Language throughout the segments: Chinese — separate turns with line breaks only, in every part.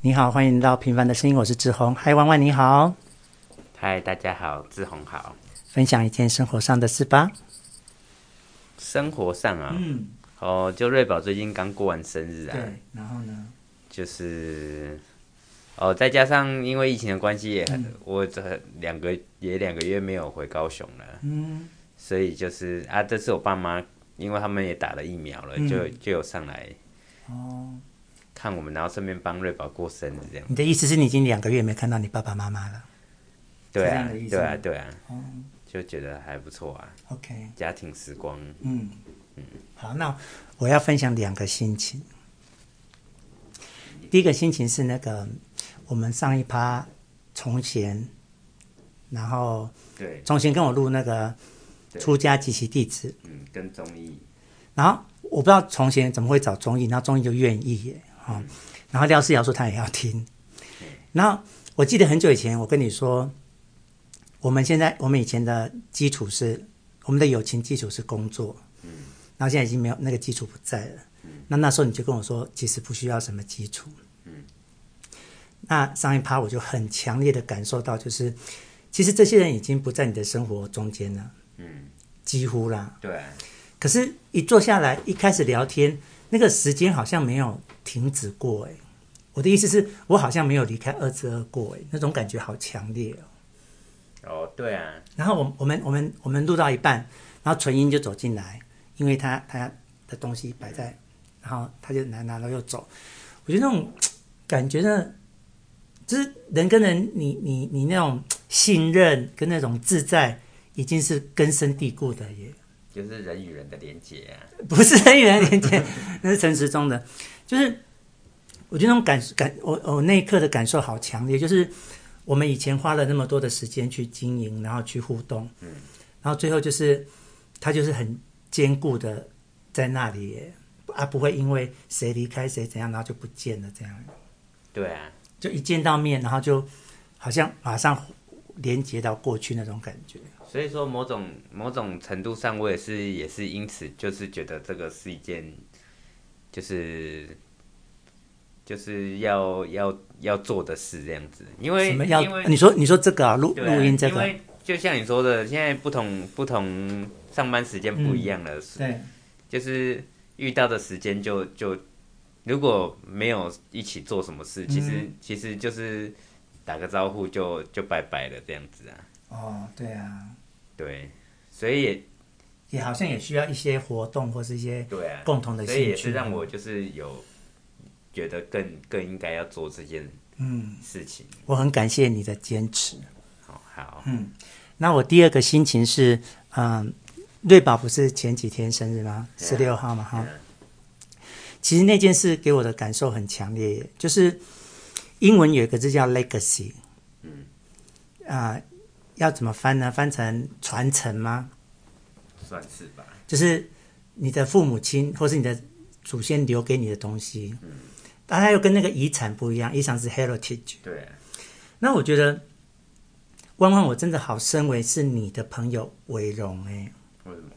你好，欢迎到《平凡的声音》，我是志宏。嗨，弯弯你好，
嗨，大家好，志宏好。
分享一件生活上的事吧。
生活上啊，
嗯，
哦，就瑞宝最近刚过完生日啊，
对。然后呢？
就是哦，再加上因为疫情的关系也很，
嗯
我这两个也两个月没有回高雄了，
嗯，
所以就是啊，这次我爸妈因为他们也打了疫苗
嗯
了，就就有上来
哦，
看我们，然后顺便帮瑞宝过生日这样。
你的意思是你已经两个月没看到你爸爸妈妈了
对
这
啊
样的意，思
对啊
吗，
对啊，
哦
就觉得还不错啊，
？OK，
家庭时光。
嗯好，那我要分享两个心情。第一个心情是那个我们上一趴从前，然后
对，
从前跟我录那个
对
出家及其弟子，
嗯，跟综艺
然后我不知道从前怎么会找中医，然后中医就愿意耶，哦，然后廖世尧说他也要听，然后我记得很久以前我跟你说，我们现在我们以前的基础是我们的友情基础是工作，然后现在已经没有那个基础不在了，那那时候你就跟我说其实不需要什么基础，那上一趴我就很强烈的感受到就是，其实这些人已经不在你的生活中间了，几乎啦，
对啊，
可是，一坐下来，一开始聊天，那个时间好像没有停止过哎。我的意思是，我好像没有离开二之二过哎，那种感觉好强烈哦。
哦，对啊，
然后我我们我们我们录到一半，然后纯英就走进来，因为他他的东西摆在，然后他就拿拿了又走。我觉得那种感觉呢，就是人跟人，你你你那种信任跟那种自在，已经是根深蒂固的耶。
就是人与人的连接啊。
不是人与人连接， 那是陈时中的，就是我觉得那种感感，我我那一刻的感受好强烈，就是我们以前花了那么多的时间去经营，然后去互动，嗯，然后最后就是他就是很坚固的在那里耶，啊，不会因为谁离开谁怎样，然后就不见了这样，
对啊，
就一见到面，然后就好像马上连接到过去那种感觉，
所以说某种某种程度上，我也是也是因此就是觉得这个是一件，就是就是要要要做的事这样子，因为
什么要
因为
你说你说这个啊，录
对啊
录音这
因
个，
为就像你说的，现在不同不同上班时间不一样了，
嗯
是
对，
就是遇到的时间就就如果没有一起做什么事，其实、
嗯
其实就是打个招呼就就拜拜了这样子啊，
哦，对啊。
对，所以也
也好像也需要一些活动或是一些
对啊，
共同的
所以
兴
也
趣，
是让我就是有觉得更更应该要做这件
嗯，
事情。
我很感谢你的坚持。
好好，
嗯那我第二个心情是，嗯，瑞宝不是前几天生日吗？
对啊
十六号嘛哈
对啊。
其实那件事给我的感受很强烈耶，就是英文有一个字叫 legacy，嗯，啊、要怎么翻呢？翻成传承吗？
算是吧。
就是你的父母亲或是你的祖先留给你的东西，嗯，但它又跟那个遗产不一样，遗产是 heritage。
对啊，
那我觉得，弯弯，我真的好身为是你的朋友为荣哎、
为什么？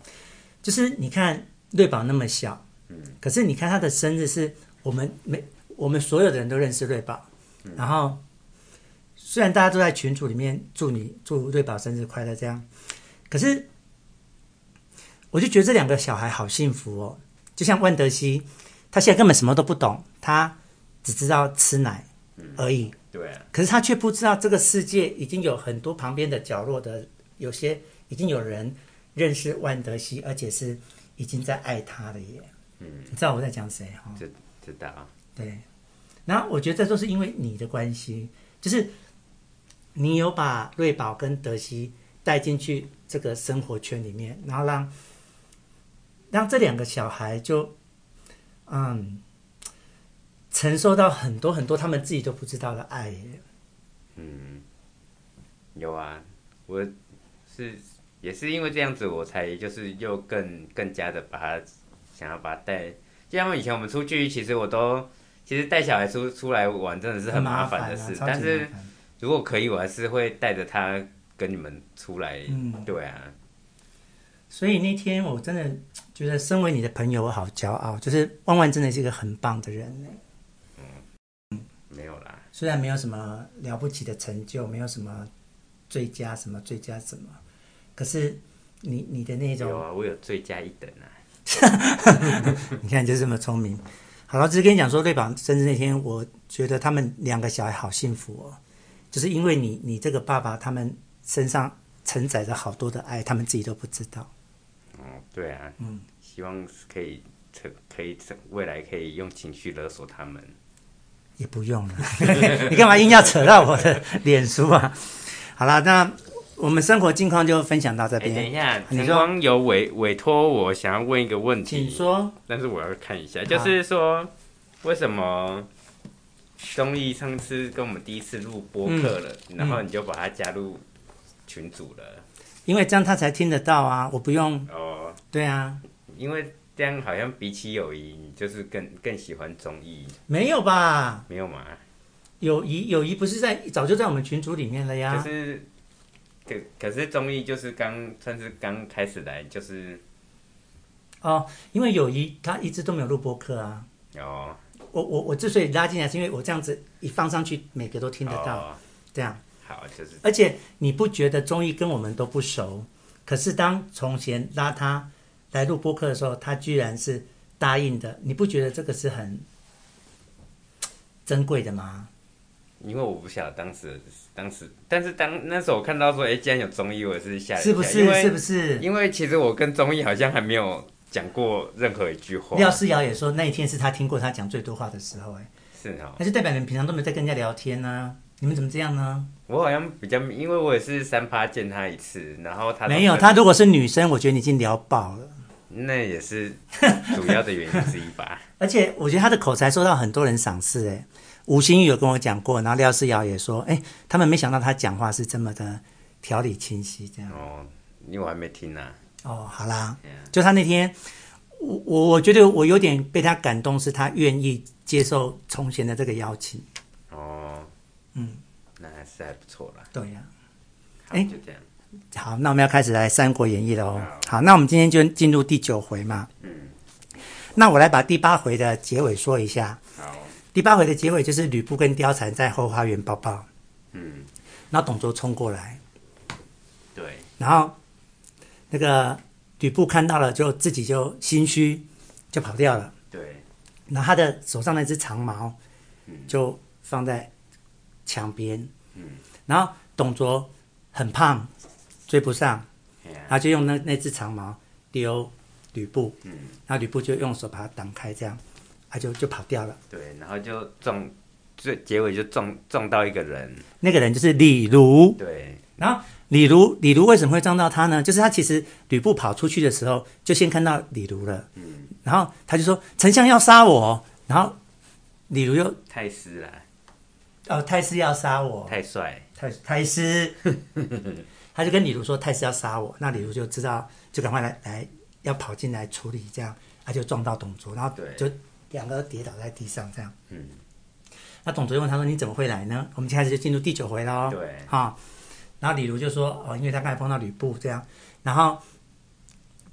就是你看瑞宝那么小，嗯，可是你看他的生日是我们每我们所有的人都认识瑞宝，
嗯
然后虽然大家都在群组里面祝你祝瑞宝生日快乐这样，可是我就觉得这两个小孩好幸福哦，就像万德西，他现在根本什么都不懂，他只知道吃奶
嗯
而已，
对啊，
可是他却不知道这个世界已经有很多旁边的角落的有些已经有人认识万德西，而且是已经在爱他了耶。嗯，你知道我在讲谁哈？
知知道。
对，然后我觉得这都是因为你的关系，就是你有把瑞宝跟德西带进去这个生活圈里面，然后让让这两个小孩就嗯承受到很多很多他们自己都不知道的爱耶。
嗯有啊，我是也是因为这样子，我才就是又更更加的把他想要把他带，就像以前我们出去，其实我都其实带小孩出出来玩真的是很麻烦的
啊
事，
超级
但是
麻烦
如果可以，我还是会带着他跟你们出来。
嗯
对啊，
所以那天我真的觉得，身为你的朋友，我好骄傲。就是万万真的是一个很棒的人呢。
没没有啦，
虽然没有什么了不起的成就，没有什么最佳什么最佳什么，可是你你的那
有
种，
啊，我有最佳一等啊。
你看你就是这么聪明。好了，只是跟你讲说，瑞宝生日那天，我觉得他们两个小孩好幸福哦，就是因为你你这个爸爸，他们身上承载着好多的爱，他们自己都不知道。
哦，对啊，嗯，希望是可以成，可以成，未来可以用情绪勒索他们。
也不用了， 你干嘛硬要扯到我的脸书啊？ 好了，那我们生活近况就分享到这
哎、等一
边，啊
下，
你
晨
说
光有委委托我，想要问一个问
请
题，
说。
但是我要看一下，就是说为什么综艺上次跟我们第一次录播客了，
嗯
然后你就把它加入群组了？
因为这样他才听得到啊，我不用。
哦，
对啊，
因为这样好像比起友谊，你就是更更喜欢综艺，
没有吧？
没有吗？
友谊，友谊不是在早就在我们群组里面了呀
可。是，可可是综艺就是刚算是刚开始来，就是
哦，因为友谊他一直都没有录播客啊。
哦，
我我我之所以拉进来，是因为我这样子一放上去，每个都听得到，
哦、
这样。
好，就是
而且你不觉得综艺跟我们都不熟？可是当从前拉他来录播客的时候，他居然是答应的，你不觉得这个是很珍贵的吗？
因为我不晓得当时当时，但是当那时候我看到说，哎、竟然有综艺，我也是吓了一
是
跳，
不
因
是？
为
是不是？
因为其实我跟综艺好像还没有讲过任何一句话，
廖思瑶也说那一天是他听过他讲最多话的时候、哎，
是哦，
那就代表你们平常都没有在跟人家聊天呢、啊你们怎么这样呢？
我好像比较，因为我也是三趴见他一次，然后他都
没有，
是
她如果是女生，我觉得你已经聊爆了。
那也是主要的原因之一吧。
而且我觉得他的口才受到很多人赏识，哎，吴欣玉有跟我讲过，然后廖思瑶也说，哎，他们没想到他讲话是这么的条理清晰，这样。
哦，因为我还没听啊呢、
哦，好啦，就他那天，我我我觉得我有点被他感动，是他愿意接受从前的这个邀请。
哦，
嗯，
那还是还不错啦。
对呀、
好，
哎
就这样。
好，那我们要开始来《三国演义》了哦。好，那我们今天就进入第九回嘛。
嗯，
那我来把第八回的结尾说一下。
好，
第八回的结尾就是吕布跟貂蝉在后花园抱抱，
嗯，
然后董卓冲过来，
对，
然后那个吕布看到了，就自己就心虚，就跑掉了。
对，
然后他的手上那只长矛就放在墙边，然后董卓很胖，追不上，
哎呀、
然后就用那那只长矛丢吕布，然后吕布就用手把它挡开，这样他就就跑掉了。
对，然后就撞，最结尾就撞撞到一个人，
那个人就是李儒，
对，
然后李儒，李儒为什么会撞到他呢？就是他其实吕布跑出去的时候，就先看到李儒了，然后他就说丞相要杀我，然后李儒又
太师啦，
哦太师要杀我，
太帅，
太太师，他就跟李儒说太师要杀我，那李儒就知道，就赶快来来要跑进来处理，这样他就撞到董卓，然后
对
就两个都跌倒在地上，这样。
嗯，
那董卓就问他说你怎么会来呢？我们现在就进入第九回喽。
对
哈、然后李儒就说哦，因为他刚才碰到吕布这样，然后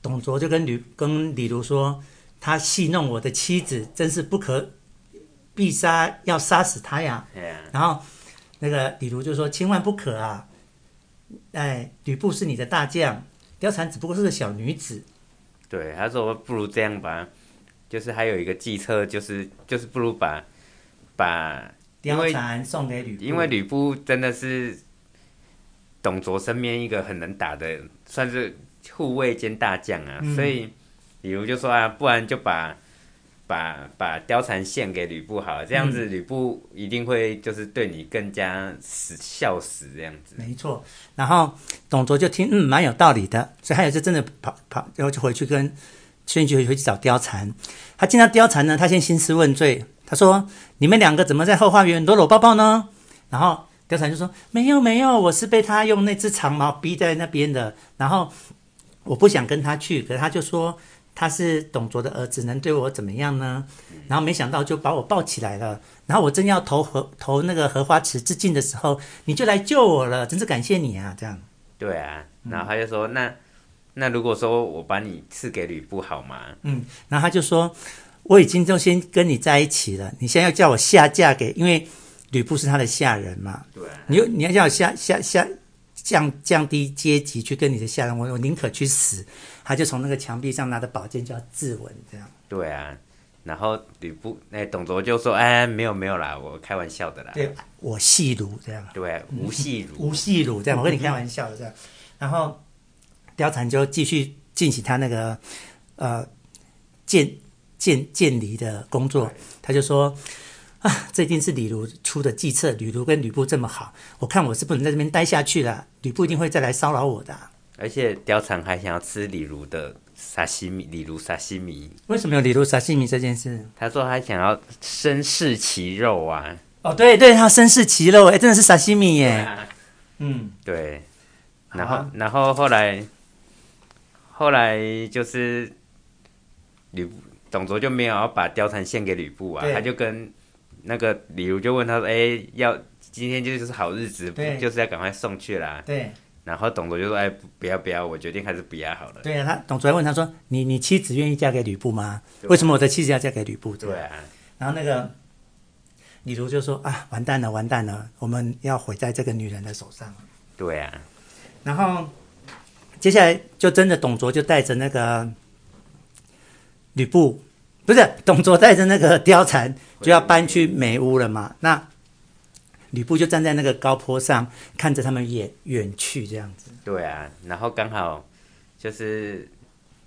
董卓就跟吕跟李儒说他戏弄我的妻子，真是不可必杀，要杀死他呀。
哎呀、
然后那个李儒就说：“千万不可啊！哎，吕布是你的大将，貂蝉只不过是个小女子。
对，他说不如这样吧，就是还有一个计策，就是就是不如把把，因
貂
为
蝉送给吕布，
因为吕布真的是董卓身边一个很能打的，算是护卫兼大将啊，所以李儒就说啊，不然就把把把貂蝉献给吕布好了，这样子吕布一定会就是对你更加死笑死这样子。
没错。然后董卓就听，嗯，蛮有道理的，所以他也是真的跑跑，然后就回去跟轩辕回去找貂蝉。他见到貂蝉呢，他先兴师问罪，他说：“你们两个怎么在后花园搂搂抱抱呢？”然后貂蝉就说：“没有没有，我是被他用那只长矛逼在那边的。然后我不想跟他去，可是他就说他是董卓的儿子，能对我怎么样呢？然后没想到就把我抱起来了。然后我正要投荷投那个荷花池致敬的时候，你就来救我了，真是感谢你啊！这样
对啊，然后他就说、那那如果说我把你赐给吕布好吗？
嗯然后他就说，我已经就先跟你在一起了，你现在要叫我下嫁给，因为吕布是他的下人嘛，
对啊，
你又你要要下下下降降低阶级去跟你的下人，我我宁可去死，他就从那个墙壁上拿着宝剑就要自刎这样。
对啊。然后吕布，那、董卓就说：“哎，没有没有啦，我开玩笑的啦。”
对，哎我戏如这样，
对啊，吴戏如
吴戏如这样，我跟你开玩笑的这样。然后貂蝉就继续进行他那个呃见见见离的工作，他就说。啊，这一定是李儒出的计策。李儒跟吕布这么好，我看我是不能在这边待下去了。吕布一定会再来骚扰我的啊、
而且貂蝉还想要吃李儒的沙西米，李儒沙西米。
为什么有李儒杀性命这件事？
他说他想要绅士其肉啊。
哦，对对，他绅士奇肉，哎，真的是沙西米
对
耶。
啊，
嗯，
对。
好
然
啊
后，然后后来，后来就是吕布董卓就没有要把貂蝉献给吕布啊，
对
他就跟那个李儒就问他说：“哎、要今天就是好日子，不
对
就是要赶快送去啦
对？”
然后董卓就说：“哎、不不要不要，我决定还是不要好了。
对啊，他董卓还问他说：“你你妻子愿意嫁给吕布吗？
对
为什么我的妻子要嫁给吕布？””
对啊，
然后那个李儒就说：“啊，完蛋了，完蛋了，我们要毁在这个女人的手上。
对啊，”
然后接下来就真的董卓就带着那个吕布，不是董卓带着那个貂蝉就要搬去梅屋了嘛？那吕布就站在那个高坡上，看着他们远远去这样子。
对啊。然后刚好就是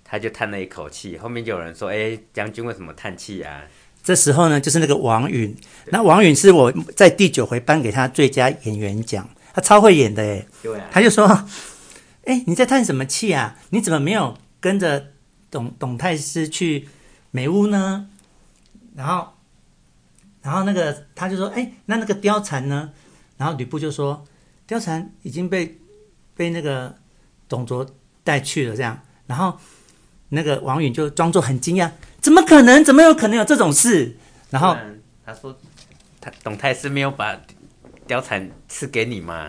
他就叹了一口气，后面就有人说：“哎、将军为什么叹气啊
这时候呢，就是那个王允。那王允是我在第九回颁给他最佳演员奖，他超会演的诶。？”
对啊，
他就说：“哎、你在叹什么气啊？你怎么没有跟着董董太师去美屋呢？”然后，然后那个他就说：“哎、那那个貂蝉呢？”然后吕布就说：“貂蝉已经被被那个董卓带去了。”这样，然后那个王允就装作很惊讶：“怎么可能？怎么有可能有这种事？”然后
不他说，他董太师没有把貂蝉赐给你吗？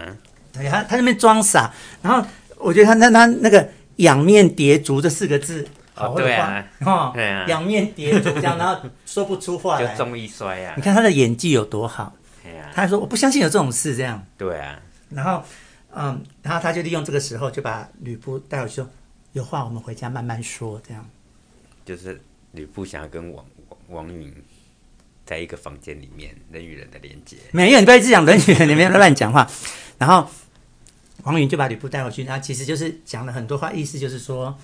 对他他那边装傻，然后我觉得他那他那个仰面叠足这四个字，好
哦，
会
对
画
啊，
哦，
对啊
仰面叠足这样，然后说不出话
就
来。
中一摔呀
你，看他的演技有多好，
哎呀，
他还说我不相信有这种事这样，
对啊，
然后嗯，然后他就利用这个时候就把吕布带回去说，有话我们回家慢慢说这样。
就是吕布想要跟王王王允在一个房间里面人与人的连接，
没有，你不要一直讲《论语》里面乱讲话。然后王允就把吕布带回去，然后其实就是讲了很多话，意思就是说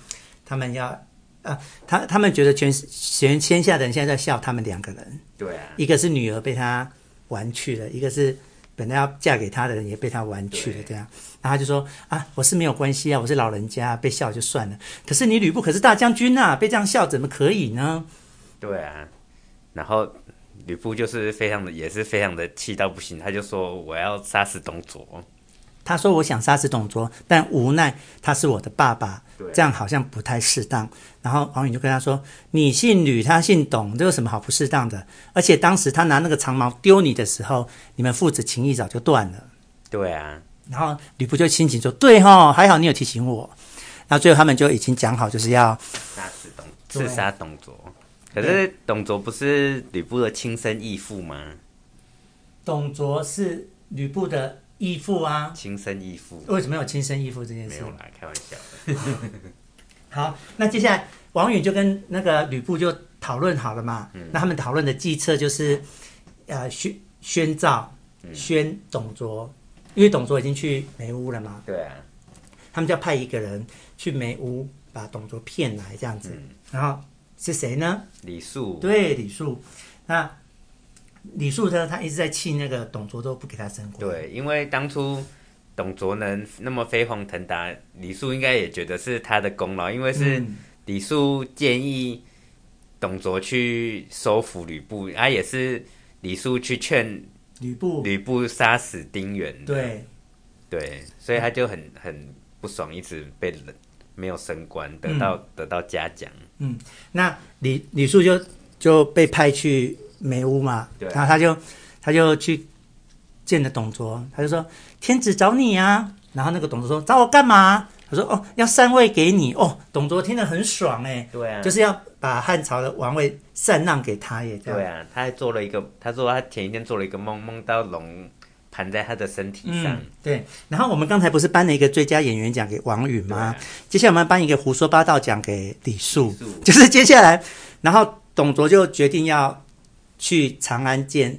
他们要。呃，他他们觉得全全天下的人现在在笑他们两个人，
对啊，
一个是女儿被他玩去了，一个是本来要嫁给他的人也被他玩去了，
对
这样。然后他就说啊，我是没有关系啊，我是老人家，被笑就算了。可是你吕布可是大将军啊，被这样笑怎么可以呢？
对啊，然后。吕布就是非常的，也是非常的气到不行，他就说我要杀死董卓。
他说我想杀死董卓，但无奈他是我的爸爸
对，
这样好像不太适当。然后王允就跟他说：“你姓吕，他姓董，这有什么好不适当的？而且当时他拿那个长矛丢你的时候，你们父子情谊早就断了。
对啊，”
然后吕布就心情说：“对哈、还好你有提醒我。”然后最后他们就已经讲好，就是要
杀死董，
对
刺杀董卓。可是董卓不是吕布的亲生义父吗？
董卓是吕布的义父啊，
亲生义父
为什么有亲生义父这件
没
事
有？啦，开玩笑的。
好，那接下来王允就跟那个吕布就讨论好了嘛。那他们讨论的计策就是，呃，宣宣诏宣董卓，因为董卓已经去梅屋了嘛，
对啊，
他们就要派一个人去梅屋把董卓骗来这样子。然后是谁呢？
李肃，
对，李肃。那李肃呢？他一直在气那个董卓都不给他升官。
对，因为当初董卓能那么飞黄腾达，李肃应该也觉得是他的功劳，因为是
嗯
李肃建议董卓去收服吕布，他、也是李肃去劝
吕布。
吕布杀死丁原的。
对，
对，所以他就很很不爽，一直被冷没有升官，得
嗯
到、得到嘉奖。
那李李肃就就被派去梅屋嘛，
对
然后他就他就去见了董卓，他就说天子找你啊，然后那个董卓说找我干嘛？我说哦，要禅位给你哦，董卓听得很爽哎，
对啊，
就是要把汉朝的王位禅让给他耶，这样
对啊，他还做了一个，他说他前一天做了一个梦，梦到龙盘在他的身体上。
嗯，对。然后我们刚才不是颁了一个最佳演员奖给王允
对
吗
啊？
接下来我们颁一个胡说八道奖给李肃，
李肃
就是接下来，然后董卓就决定要去长安见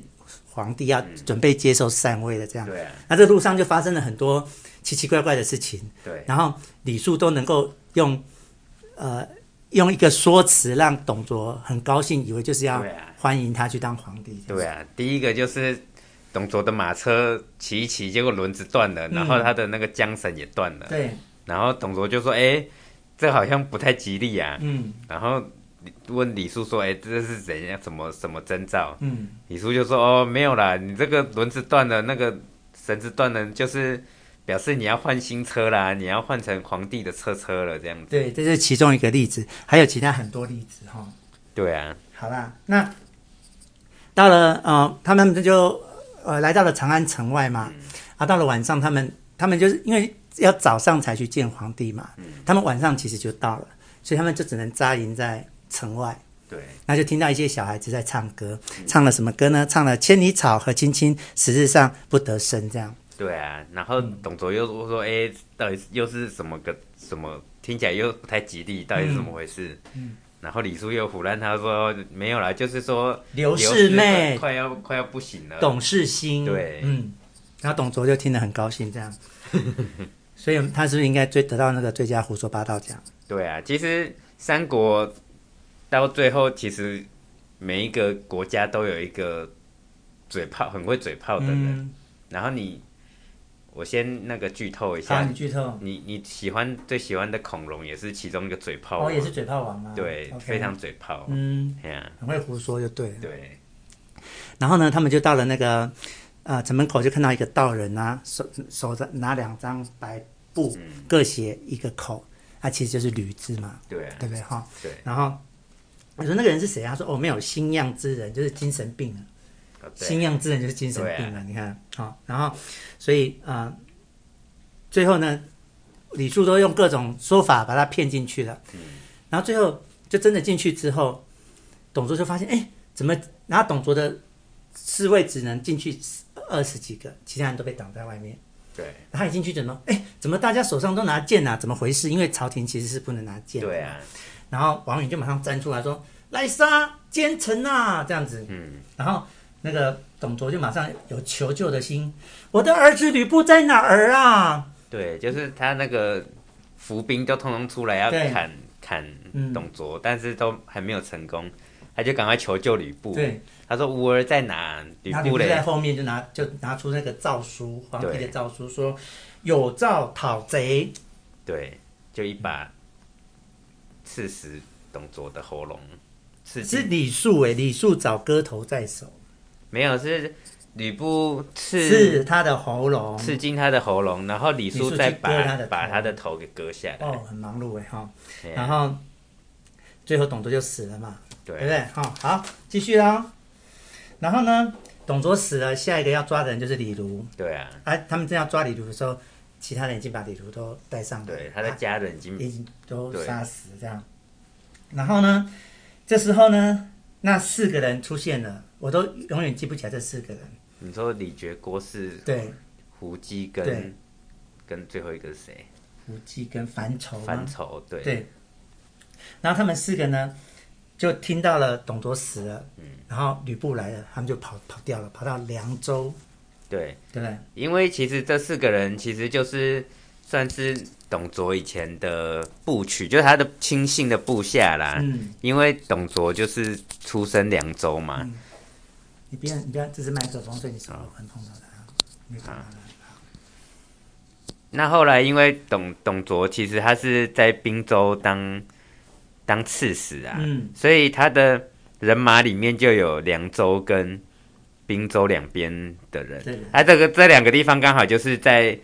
皇帝，要准备接受禅位的这样。
对啊，
那这路上就发生了很多奇奇怪怪的事情，
对，啊
然后李肃都能够用呃用一个说辞让董卓很高兴，以为就是要
对啊
欢迎他去当皇帝。
对啊。第一个就是董卓的马车骑一骑，结果轮子断了，然后他的那个缰绳也断了，
对，
然后董卓就说：“哎、这好像不太吉利啊。
嗯
然后问李叔说：“哎、这是怎样？什么什么征兆
嗯，？”
李叔就说：“哦，没有啦，你这个轮子断了，那个绳子断了，就是表示你要换新车啦，你要换成皇帝的车车了，这样子。
对，这是其中一个例子，还有其他很多例子哈、”
对啊，
好啦，那到了呃，他们这就呃来到了长安城外嘛，啊，到了晚上，他们他们就是因为要早上才去见皇帝嘛，他们晚上其实就到了，所以他们就只能扎营在城外。
对，
那就听到一些小孩子在唱歌，唱了什么歌呢？唱了《千里草》和《青青》，实质上不得生这样。
对啊。然后
嗯
董卓又说：“哎、到底是又是什么个什么？听起来又不太吉利，到底是怎么回事？”
嗯
然后李叔又胡乱他说：“没有啦，就是说
刘世妹
快、快要快要不行了。”
董世兴，
对
嗯，然后董卓就听得很高兴这 样，所以他是不是应该最得到那个最佳胡说八道奖？
对啊，其实三国到最后，其实每一个国家都有一个嘴炮很会嘴炮的人。
嗯，
然后你，我先那个剧透一
好，
下
你，剧透，
你你喜欢最喜欢的恐龙也是其中一个嘴炮
我、
王，
哦也是嘴炮王啊，
对
OK
非，常嘴炮，
嗯，
哎呀、
很会胡说就对了。
对
然后呢，他们就到了那个呃城门口，就看到一个道人啊，手手着拿两张白布，
嗯
各写一个口，啊，其实就是驴字嘛，
对啊
对不对哈？
对，
然后我说那个人是谁啊？他说哦，没有心样之人，就是精神病人。
哦对
心样之人就是精神病
对啊
了，你看，好、然后所以呃，最后呢，李树都用各种说法把他骗进去了，
嗯
然后最后就真的进去之后，董卓就发现，哎，怎么？然后董卓的侍卫只能进去二十几个，其他人都被挡在外面。
对
他一进去怎么？哎，怎么大家手上都拿剑啊？怎么回事？因为朝廷其实是不能拿剑的。
对啊，
然后王允就马上站出来说：“来杀奸臣啊！”这样子，嗯，然后那个董卓就马上有求救的心，我的儿子吕布在哪儿啊？
对，就是他那个伏兵都通通出来要
对嗯
砍砍董卓，但是都还没有成功，他就赶快求救吕布，
对，
他说吾儿在哪？吕
然后吕
布
布在
嘞？
后面就拿啊就拿出那个诏书，皇帝
对
的诏书说有诏讨贼，
对，就一把刺死董卓的喉咙，刺
是
进
李肃哎，李肃找割头在手，
没有是吕布
是
刺
他的喉咙，
刺进他的喉咙，然后李
李
肃
肃
再
去割
把
他的
把
头
他的头给割下来。
哦，很忙碌哎哈、
对
然
啊
后最后董卓就死了嘛，
对
对不对？哈、好，继续啦。然后呢，董卓死了，下一个要抓的人就是李儒。
对啊，
啊，他们正要抓李儒的时候，其他人已经把李儒都带上了，
对，他的
啊
家人已
已
经
经都
对
杀死这样。然后呢，这时候呢，那四个人出现了，我都永远记不起来这四个人。
你说李傕、郭汜、
对，
胡姬
对
跟跟最后一个是谁？
胡姬跟樊稠吗
范畴，对
对，然后他们四个呢，就听到了董卓死了，然后吕布来了，他们就跑跑掉了，跑到凉州，
对
对不对？
因为其实这四个人其实就是算是董卓以前的部曲，就是他的亲信的部下啦。
嗯，
因为董卓就是出身凉州嘛，
你不要你不要，这是麦克风，所以你手很碰到它，没有碰到它。
那后来因为董董卓其实他是在滨州当当刺史啊，
嗯
所以他的人马里面就有凉州跟滨州两边的人
对，
啊，这个这两个地方刚好就是在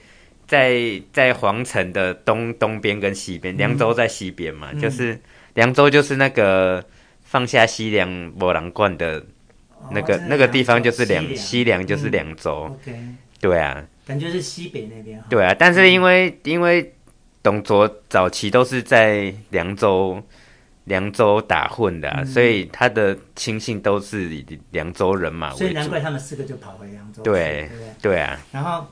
在在皇城的东东边跟西边，凉州在西边嘛，
嗯
就是凉州就是那个放下西凉博郎观的那个、
哦
那个地方，就是
西
凉西凉嗯就是凉州，
OK，
对啊，啊
感觉是西北那边哈。嗯
对啊，但是因为因为董卓早期都是在凉州凉州打混
嗯
的啊、所以他的亲信都是以凉州人马
所以
为
难
主
怪。他们四个就跑回扬州去，
对
对不对？
对啊，
然后，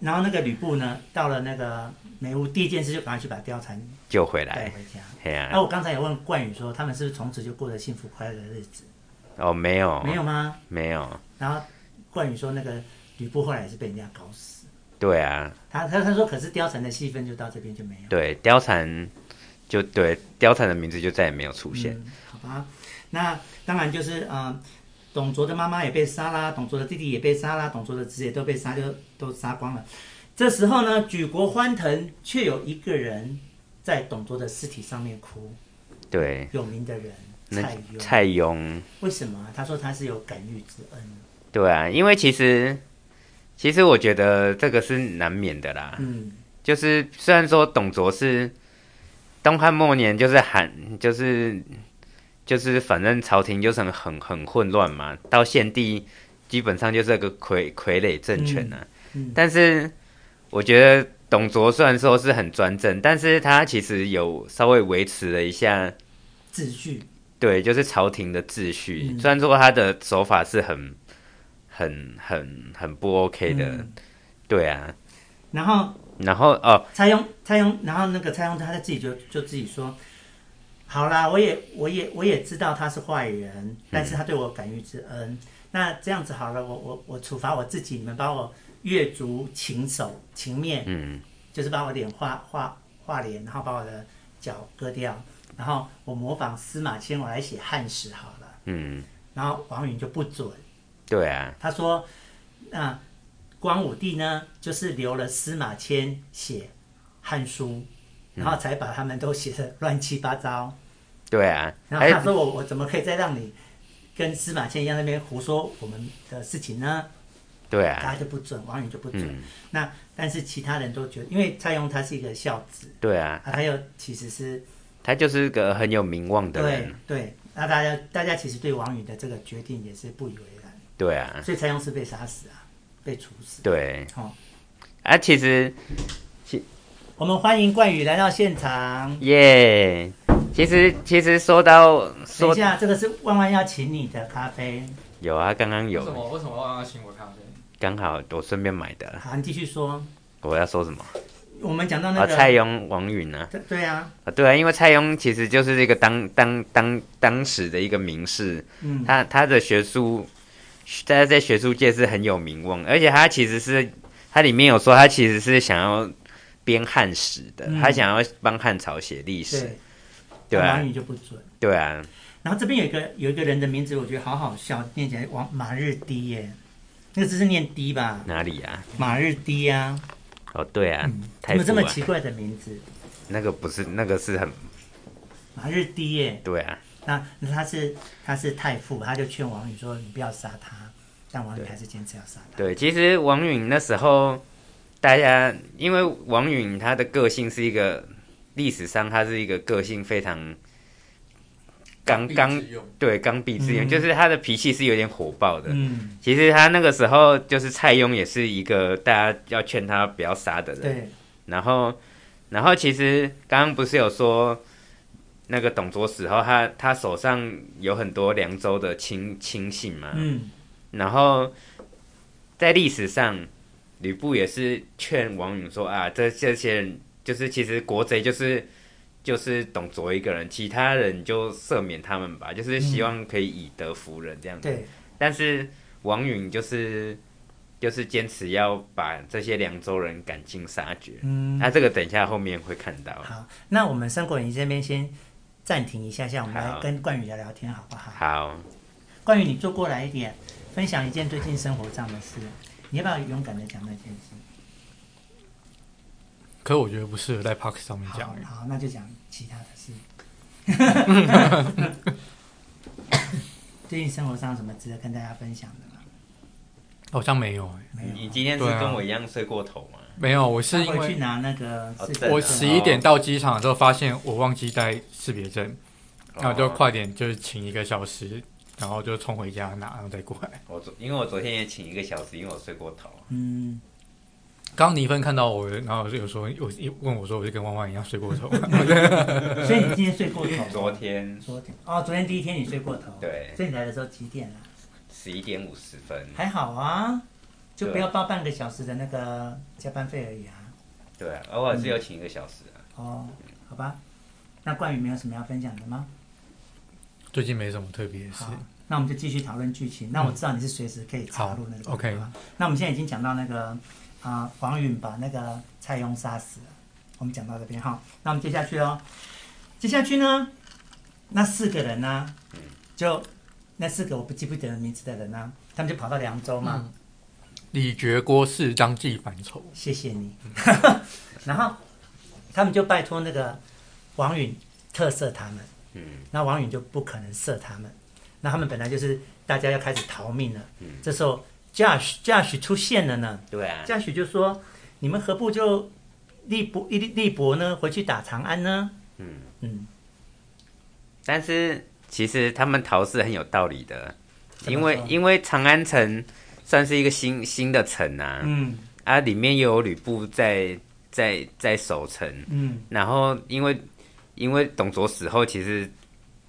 然后那个吕布呢，到了那个梅屋，第一件事就赶快去把貂蝉
救回
带
来。
回家。
嘿
那、
啊，
我刚才也问冠宇说，他们是不是从此就过得幸福快乐的日子？
哦，没有，
没有吗？
没有，
然后冠宇说，那个吕布后来也是被人家搞死。
对啊，
他他他说，可是貂蝉的戏份就到这边就没有。
对，貂蝉就对貂蝉的名字就再也没有出现。
嗯，好吧。那当然就是呃，董卓的妈妈也被杀啦，董卓的弟弟也被杀啦，董卓的侄也都被杀，就都杀光了。这时候呢，举国欢腾，却有一个人在董卓的尸体上面哭，
对，
有名的人
那
蔡邕。
蔡邕，
为什么啊？他说他是有感遇之恩。
对啊，因为其实其实我觉得这个是难免的啦。
嗯，
就是虽然说董卓是东汉末年，就是韩，就是就是反正朝廷就是很很很混乱嘛，到献帝基本上就是个傀傀儡政权啊。
嗯嗯
但是我觉得董卓虽然说是很专政，但是他其实有稍微维持了一下，
字句
对，就是朝廷的秩序。
嗯
虽然说他的手法是很很很很不 OK 的，
嗯
对啊。
然后
然后哦，
蔡邕，蔡邕，然后那个蔡邕他自己就就自己说，好啦，我也我也我也知道他是坏人，但是他对我感遇之恩。那这样子好了，我我我处罚我自己，你们把我越族擒首擒面，
嗯。
就是把我脸画画画脸，然后把我的脚割掉，然后我模仿司马迁，我来写汉史好了。
嗯，
然后王允就不准，
对啊，
他说，那、光武帝呢，就是留了司马迁写《汉书》，
嗯
然后才把他们都写的乱七八糟。
对啊，
然后
还
他说我我怎么可以再让你跟司马迁一样那边胡说我们的事情呢？
对
大
啊，
家就不准，王允就不准。
嗯
那但是其他人都觉得，因为蔡邕他是一个孝子，
对啊，
啊，他又其实是
他就是个很有名望的
对
人，
对，那大家大家其实对王允的这个决定也是不以为然，
对啊，
所以蔡邕是被杀死啊，被处死。
对
哦，
啊，其实
我们欢迎冠宇来到现场。
耶，其实其实说到
等一
说
下，这个是万万要请你的咖啡。
有啊，刚刚
为什
有，
么为什么要让他请我咖啡？
刚好我顺便买的，
好，你继续说。
我要说什么
我们讲到那
啊？
个、
蔡邕、王允啊，
对对啊，
啊，对啊，因为蔡邕其实就是一个当当当当时的一个名士，
嗯，
他他的学术，在在学术界是很有名望，而且他其实是他里面有说他其实是想要编汉史的，
嗯
他想要帮汉朝写历史，
对，
对
那
啊
王，宇就不准。
对啊，
然后这边有一个有一个人的名字，我觉得好好笑，念起来王马日低耶，那个字是念低吧？
哪里啊？
马日低啊，
哦，对啊，
嗯怎
太
么这
傅
么
啊
奇，怪的名字？
那个不是那个是很
马日低耶，
对啊，
那那他是他是太傅，他就劝王宇说你不要杀他，但王宇
对
还是坚持要杀他。
对，其实王允那时候大家因为王允他的个性是一个历史上他是一个个性非常刚刚
壁纸用
对刚愎自用，
嗯
就是他的脾气是有点火爆的。
嗯，
其实他那个时候就是蔡邕也是一个大家要劝他不要杀的人。
对，
然后，然后其实刚刚不是有说那个董卓死后，他他手上有很多凉州的亲亲信嘛。
嗯，
然后在历史上，吕布也是劝王允说啊，这这些人就是其实国贼就是就是董卓一个人，其他人就赦免他们吧，就是
嗯
希望可以以德服人这样子。
对，
但是王允就是就是坚持要把这些凉州人赶尽杀绝。
嗯。
那、这个等一下后面会看到。
好，那我们三国演义这边先暂停一下下，我们来
好
跟冠宇聊聊天好不好？
好，
冠宇，你坐过来一点，分享一件最近生活上的事，你要不要勇敢的讲那件事？
可我觉得不适合在 Park 上面
好
讲，，
好，那就讲其他的 事。最近生活上有什么值得跟大家分享的吗？
好像没有欸
没有
你
啊。
今天是
对啊
跟我一样睡过头吗？
没有，我是
他
因
回去
为
拿那个
哦
视频
证
我
啊
十一点到机场的时候，发现我忘记带识别证，然
啊
后就
哦
快点就是请一个小时，然后就冲回家拿，然后再过来。
我昨因为我昨天也请一个小时，因为我睡过头。
嗯，
刚尼芬看到我，然后就说我一问我说我就跟汪汪一样睡过 头，
所以你今天睡过头？
昨天
昨天哦，昨天第一天你睡过头，
对
所以你来的时候几点啊？
十一点五十分，
还好啊，就不
对
要报半个小时的那个加班费而已啊。
对啊，偶尔是有请一个小时啊，
哦，好吧，那冠宇没有什么要分享的吗？
最近没什么特别的事
好。，那我们就继续讨论剧情。那我知道你是随时可以插入那个地方
好，OK
那我们现在已经讲到那个啊、黄允把那个蔡邕杀死了，我们讲到这边哈。那我们接下去哦，接下去呢，那四个人呢、就那四个我不记不得名字的人呢、他们就跑到凉州嘛。
李觉、郭氏、张继反仇，
谢谢你。 然后他们就拜托那个王允特赦他们，
嗯，
那王允就不可能赦他们。那他们本来就是大家要开始逃命了，
嗯
这时候 Josh Josh 出现了呢
对啊，
，Josh 就说：“你们何不就立博立立博呢，回去打长安呢
嗯，？”
嗯，
但是其实他们逃是很有道理的，
怎么
因为
说
因为长安城算是一个新新的城啊，
嗯
啊，里面又有吕布在在在守城，
嗯，
然后因为因为董卓死后，其实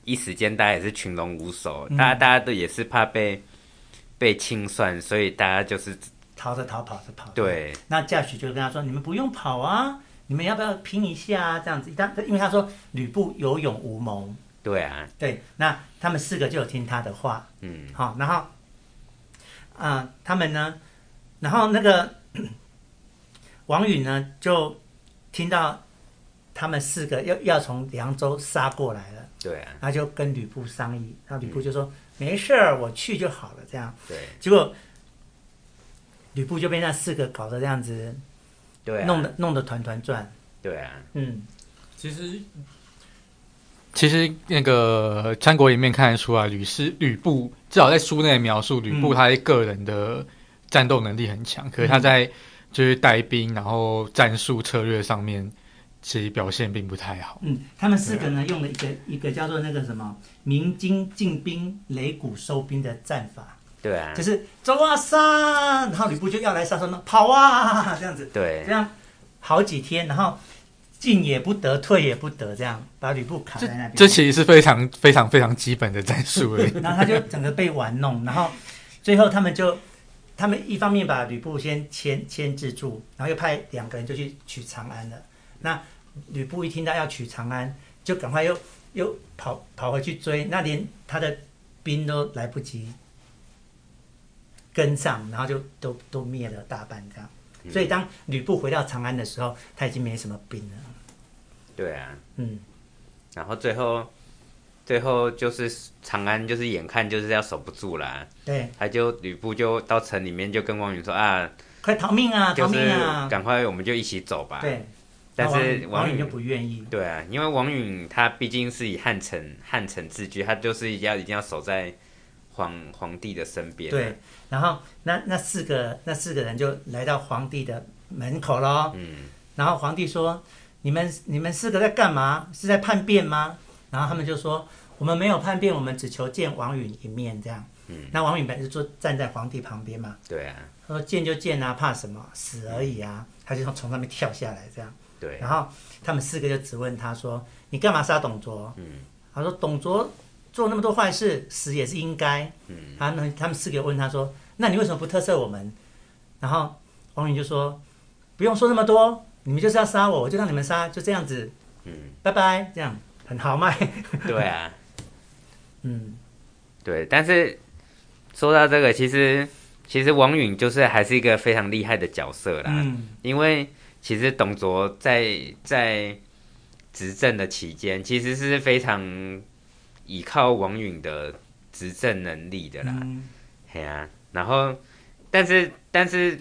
一时间大家也是群龙无首，
嗯
大家大家都也是怕被被清算，所以大家就是
逃着逃，跑着跑。，
对
那 Josh 就跟他说：“你们不用跑啊，你们要不要拼一下啊？这样子，他因为他说吕布有勇无谋，
对啊，
对，那他们四个就有听他的话，
嗯，
好，然后，啊、他们呢，然后那个 王允呢，就听到他们四个要要从凉州杀过来了，
对啊，
他就跟吕布商议，然后吕布就说、没事儿，我去就好了，这样，
对
结果吕布就被那四个搞得这样子，
对啊，
弄得弄得团团转，
对啊，
嗯，
其实，其实那个《三国》里面看得出来，吕氏吕布至少在书内的描述，吕布
嗯
他的个人的战斗能力很强，可是
嗯
他在就是带兵，然后战术策略上面，其实表现并不太好。
嗯，他们四个呢用了一个一个叫做那个什么“鸣金进兵，擂鼓收兵”的战法，
对啊
就，是走啊杀，然后吕布就要来杀，说呢跑啊这样子，
对
这样好几天，然后进也不得，退也不得，这样把吕布卡
这
在那边。
这其实是非常非常非常基本的战术而已。
然后他就整个被玩弄，然后最后他们就，他们一方面把吕布先牵牵制住，然后又派两个人就去取长安了。那吕布一听到要取长安，就赶快又又跑跑回去追，那连他的兵都来不及跟上，然后就都都灭了大半这样。
嗯
所以当吕布回到长安的时候，他已经没什么兵了。
对啊，
嗯，
然后最后最后就是长安，就是眼看就是要守不住啦，
对，
他就吕布就到城里面就跟王允说啊，
快逃命啊，逃
就
命
是
啊！
赶快我们就一起走吧，
对，
但是
那王
王
允
允
就不愿意。
对啊，因为王允他毕竟是以汉城汉城自居，他就是要一定要守在皇皇帝的身边。啊
对，，然后那那四个那四个人就来到皇帝的门口喽。
嗯，
然后皇帝说：“你们你们四个在干嘛？是在叛变吗？”然后他们就说：“我们没有叛变，我们只求见王允一面。”这样。
嗯
那王允本来就坐站在皇帝旁边嘛，
对啊，
他说：“见就见啊，怕什么？死而已啊！”他就从从上面跳下来这样。
对
然，后他们四个就质问他说：“你干嘛杀董卓？”
嗯，
他说：“董卓做那么多坏事，死也是应该。”
嗯，
他们他们四个问他说：“那你为什么不特赦我们？”然后王允就说：“不用说那么多，你们就是要杀我，我就让你们杀，就这样子，
嗯，
拜拜。”这样很豪迈。
对啊，
嗯，
对。但是说到这个，其实其实王允就是还是一个非常厉害的角色啦，
嗯，
因为其实董卓在在执政的期间，其实是非常依靠王允的执政能力的啦。
嗯
嘿啊，然后但是但是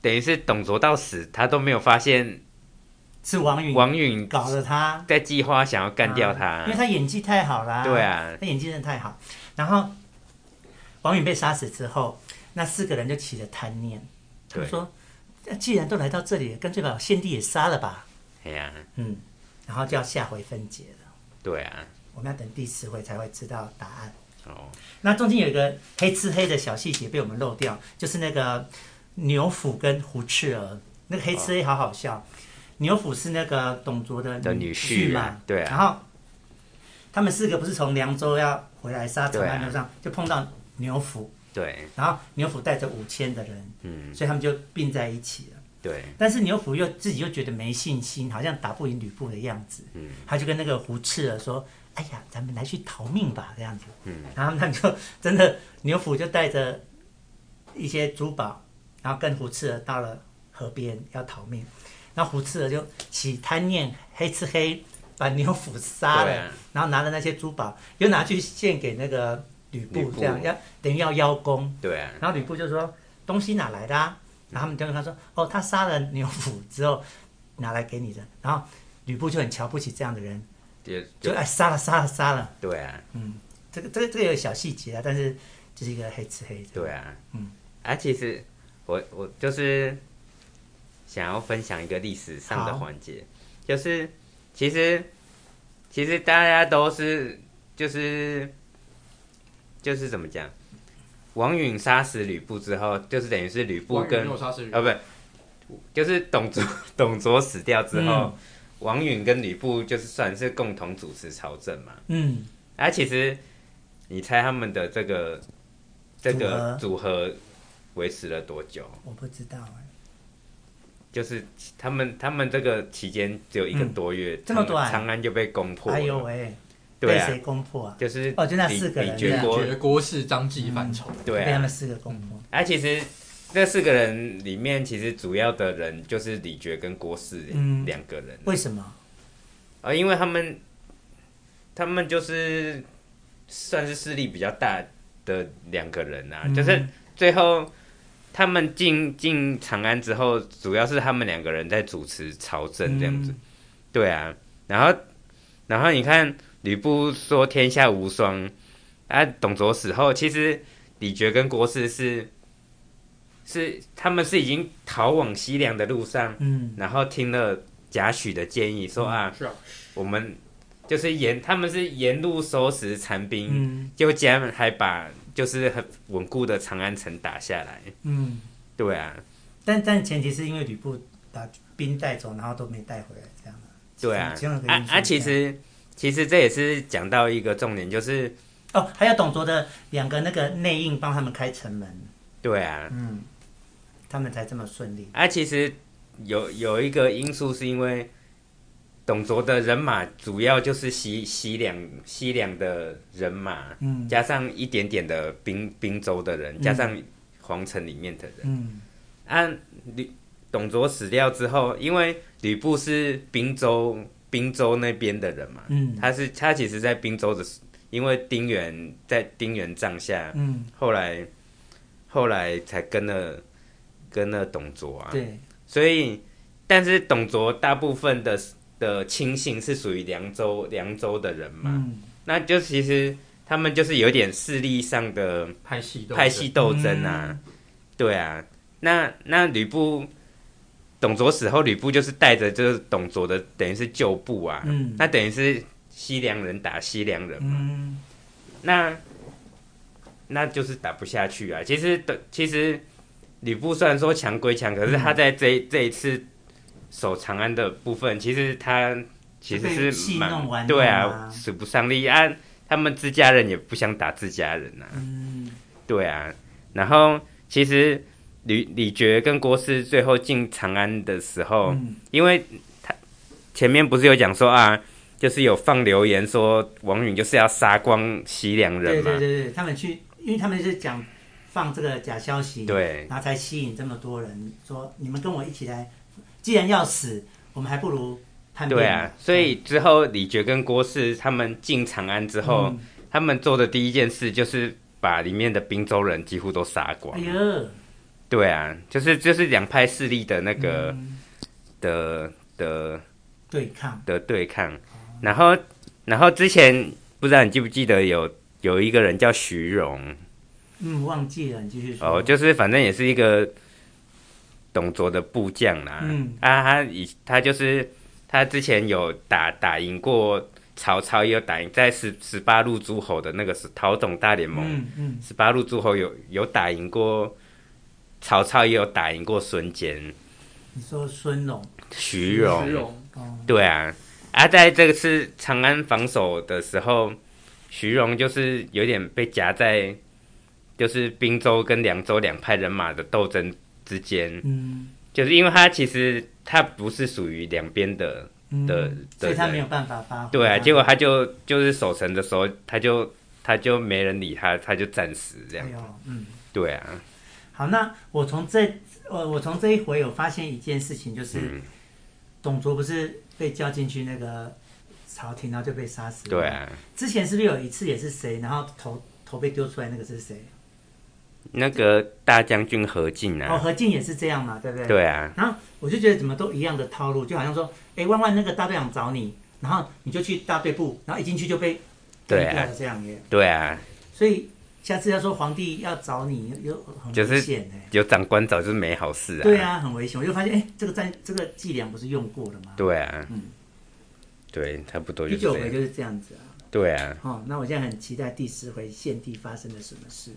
等于是董卓到死，他都没有发现
是王允
王允
嗯搞了他，
在计划想要干掉他。
啊因为他演技太好啦。
对啊，
他演技真的太好。然后王允被杀死之后，那四个人就起了贪念，他们
对
说：“那既然都来到这里了，干脆把我献帝也杀了吧。
嘿啊，”
嗯，然后就要下回分解了。
对啊，
我们要等第十回才会知道答案。
哦，
那中间有一个黑吃黑的小细节被我们漏掉，就是那个牛辅跟胡赤儿，那个黑吃黑好好笑。牛辅是那个董卓的
的女婿
嘛
啊，对啊
然后他们四个不是从凉州要回来杀长
对啊
安路上，就碰到牛辅，
对，
然后牛辅带着五千的人，
嗯，
所以他们就并在一起了。
对，
但是牛辅又自己又觉得没信心，好像打不赢吕布的样子，
嗯
他就跟那个胡赤儿说：“哎呀，咱们来去逃命吧，这样子。”
嗯，
然后他们就真的牛辅就带着一些珠宝，然后跟胡赤儿到了河边要逃命，然后胡赤儿就起贪念，黑吃黑把牛辅杀了，
对啊
然后拿了那些珠宝又拿去献给那个吕
吕
布，
布
这样要等于要邀功。
对啊，
然后吕布就说：“东西哪来的、啊？”然后他们就跟他说：“哦，他杀了牛辅之后拿来给你的。”然后吕布就很瞧不起这样的人，
就
就
就
哎杀了杀了杀了。
对啊，
这个这个这个有小细节啊，但是就是一个黑吃黑的。
对啊，
嗯，
啊，其实我我就是想要分享一个历史上的
好
环节，就是其实其实大家都是就是就是怎么讲，王允杀死吕布之后，就是等于是吕布
关羽
跟
没有杀死
啊，不是，就是董卓董卓死掉之后，
嗯
王允跟吕布就是算是共同主持朝政嘛。
嗯，
啊，其实你猜他们的这个这个组合维持了多久？
我不知道哎、
就是他们他们这个期间只有一个多月，
嗯这么
长
短
长安就被攻破了。
哎呦喂，
对
被
啊，
谁攻破啊？
就是
哦就那
李
四个人
李觉
对
国
绝 国嗯是张继犯愁，
对
被他
啊
们，四个攻破。
啊，其实这四个人里面，其实主要的人就是李觉跟郭汜
嗯
两个人。
为什么？
啊，因为他们他们就是算是势力比较大的两个人啊，
嗯
就是最后他们进进长安之后，主要是他们两个人在主持朝政这样子，对啊，然后然后你看吕布说天下无双，啊，董卓死后，其实李傕跟郭汜是。是，他们是已经逃往西凉的路上，
嗯，
然后听了贾诩的建议，说啊，
是啊，
我们就是沿他们是沿路收拾残兵，
嗯
就竟然还把就是很稳固的长安城打下来。
嗯，
对啊，
但但前提是因为吕布把兵带走，然后都没带回来，这样啊。
对啊
其中有个
啊
因素是这
啊！其
样
实其实这也是讲到一个重点，就是
哦，还有董卓的两个那个内应帮他们开城门，
对啊
嗯，他们才这么顺利。
啊！其实有有一个因素是因为董卓的人马主要就是西西凉西凉的人马，
嗯
加上一点点的滨滨州的人，加上皇城里面的人。
嗯
按吕董卓死掉之后，因为吕布是滨州滨州那边的人嘛，
嗯
他是他其实在滨州的时，因为丁原在丁原帐下，
嗯，
后来后来才跟了跟了董卓啊，
对，
所以但是董卓大部分的的亲信是属于凉州凉州的人嘛，
嗯
那就其实他们就是有点势力上的。
拍戏斗争嗯
派系斗争啊，对啊，那那吕布，董卓死后，吕布就是带着就是董卓的等于是旧部啊，
嗯
那等于是西凉人打西凉人，
嗯
那那就是打不下去啊。其实的其实吕布虽然说强归强，可是他在这、这一次守长安的部分，其实他其实
被
是
戏
蛮
弄玩弄啊
对啊，使不上力啊。他们自家人也不想打自家人啊，
嗯
对啊，然后其实李李觉跟郭汜最后进长安的时候，
嗯
因为他前面不是有讲说啊，就是有放留言说王允就是要杀光西凉人
对
嘛，
对对对，他们去，因为他们是讲放这个假消息，，
对
然后才吸引这么多人说你们跟我一起来，既然要死，我们还不如叛变。
对啊，所以之后李觉跟郭汜他们进长安之后，
嗯
他们做的第一件事就是把里面的滨州人几乎都杀光
哎，呦，
对啊，就是就是两派势力的那个、
嗯
的的
对抗，
的对抗。然后，然后之前不知道你记不记得有有一个人叫徐荣
嗯，忘记了，你继续说。
哦，就是反正也是一个董卓的部将啦。
嗯
啊，他以他就是他之前有打打赢过曹操，也有打赢在十十八路诸嗯侯的那个是讨董大联盟，
嗯嗯
十八路诸侯有有打赢过曹操也有打赢过孙坚、
你说孙哦荣，
徐荣，
荣
对啊，啊，在这个次长安防守的时候，徐荣就是有点被夹在就是滨州跟凉州两派人马的斗争之间，
嗯
就是因为他其实他不是属于两边的，
嗯
的
所以他
的
没有嗯办法发挥。
对啊，结
果
果他就就是守城的时候，他就他就没人理他，他就战死这样
哎，呦，嗯，
对啊，
好，那我从这呃我我从这一回有发现一件事情，就是
嗯，
董卓不是被叫进去那个朝廷，然后就被杀死。
对。啊，
之前是不是有一次也是谁，然后头头被丢出来那个是谁？
那个大将军何进
哦，
啊，
何进也是这样嘛，对不对？。
对啊，
然后我就觉得怎么都一样的套路，就好像说，哎，万万那个大队长找你，然后你就去大队部，然后一进去就被
对
干
啊
掉了这样耶。
对啊，
所以下次要说皇帝要找你，有有很
就是
危险哎、
有长官早就是没好事啊，
对啊，很危险。我就发现，哎、这个战这个伎俩不是用过了吗？
对啊，
嗯
对，差不多就
第
是这
九
样
回就是这样子啊。
对啊，
哦，那我现在很期待第十回献帝发生了什么事。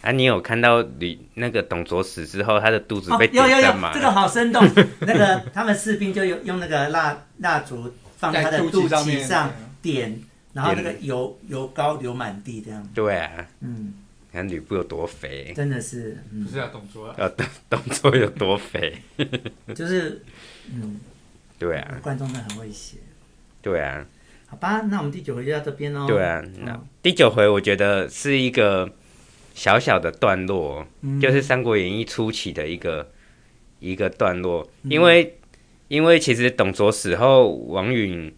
啊，你有看到吕那个董卓死之后，他的肚子
哦
被，
有有
点
有
赞吗？，
这个好生动。 那个他们士兵就有用那个蜡蜡烛放他的
在肚
肚
脐上
脐
面
上点，然后那
点
个油油膏流满地这样。
对啊，
嗯，
你看吕布有多肥，
真的是，
不
嗯，
是要董卓啊，
呃， 董董卓有多肥，
就是，嗯，
对啊，
观众真的很会写。
对啊，
好吧，那我们第九回就到这边喽。
对啊。那
嗯
第九回我觉得是一个小小的段落，哦
嗯
就是《三国演义》初期的一个一个段落，
嗯
因为因为其实董卓死后，王允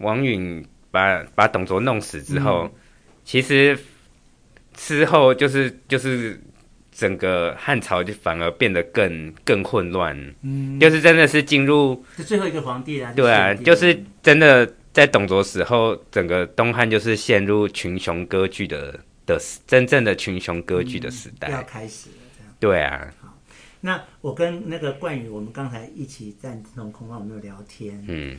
王允把把董卓弄死之
嗯
后，其实之后就是就是整个汉朝就反而变得更更混乱，
嗯，
就是真的是进入
就最后一个皇帝啦。
对啊，
献帝
就
了
是真的在董卓死后，整个东汉就是陷入群雄割据的的真正的群雄割据的时代。
嗯要开始了这样。
对啊，
那我跟那个冠宇，我们刚才一起在农空旷，我们有聊天。
嗯，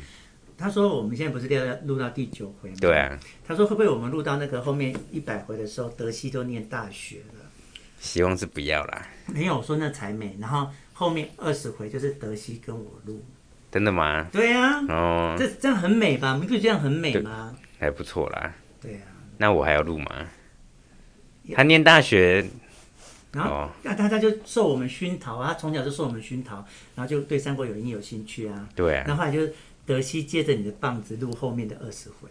他说我们现在不是聊到录到第九回吗？
对啊，
他说会不会我们录到那个后面一百回的时候，德西都念大学了？
希望是不要啦。
没有，我说那才美。然后后面二十回就是德西跟我录。
真的吗？
对啊，
哦，
这这样很美吧？你不觉得这样很美吗？
还不错啦。
对啊，
那我还要录吗？他念大学
然后
哦，
那大家就受我们熏陶啊，他从小就受我们熏陶，然后就对《三国演义》有兴趣啊。
对
然后
啊，
后来就是德西接着你的棒子录后面的二十回，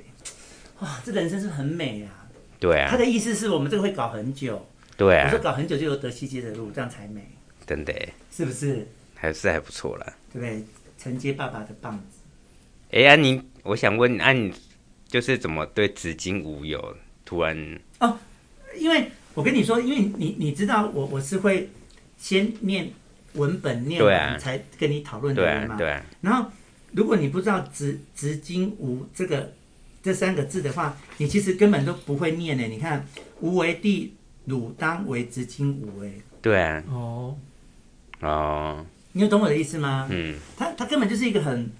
哇，这人生是不是很美啊！
对啊
他，的意思是我们这个会搞很久，
对
我
啊
说，搞很久就由德西接着录，这样才美，
真的耶
是不是？
还是还不错啦。
对不对？承接爸爸的棒子。
哎，安妮，我想问，安妮就是怎么对紫金无有突然
因为我跟你说，因为你你知道我我是会先念文本念
对啊
完才跟你讨论的
对
人
啊
嘛。
对啊
然后如果你不知道“直直经无”这个这三个字的话，你其实根本都不会念呢。你看“无为地，汝当为直经无”哎，
对啊
哦，
哦
你有懂我的意思吗？
嗯
它它根本就是一个很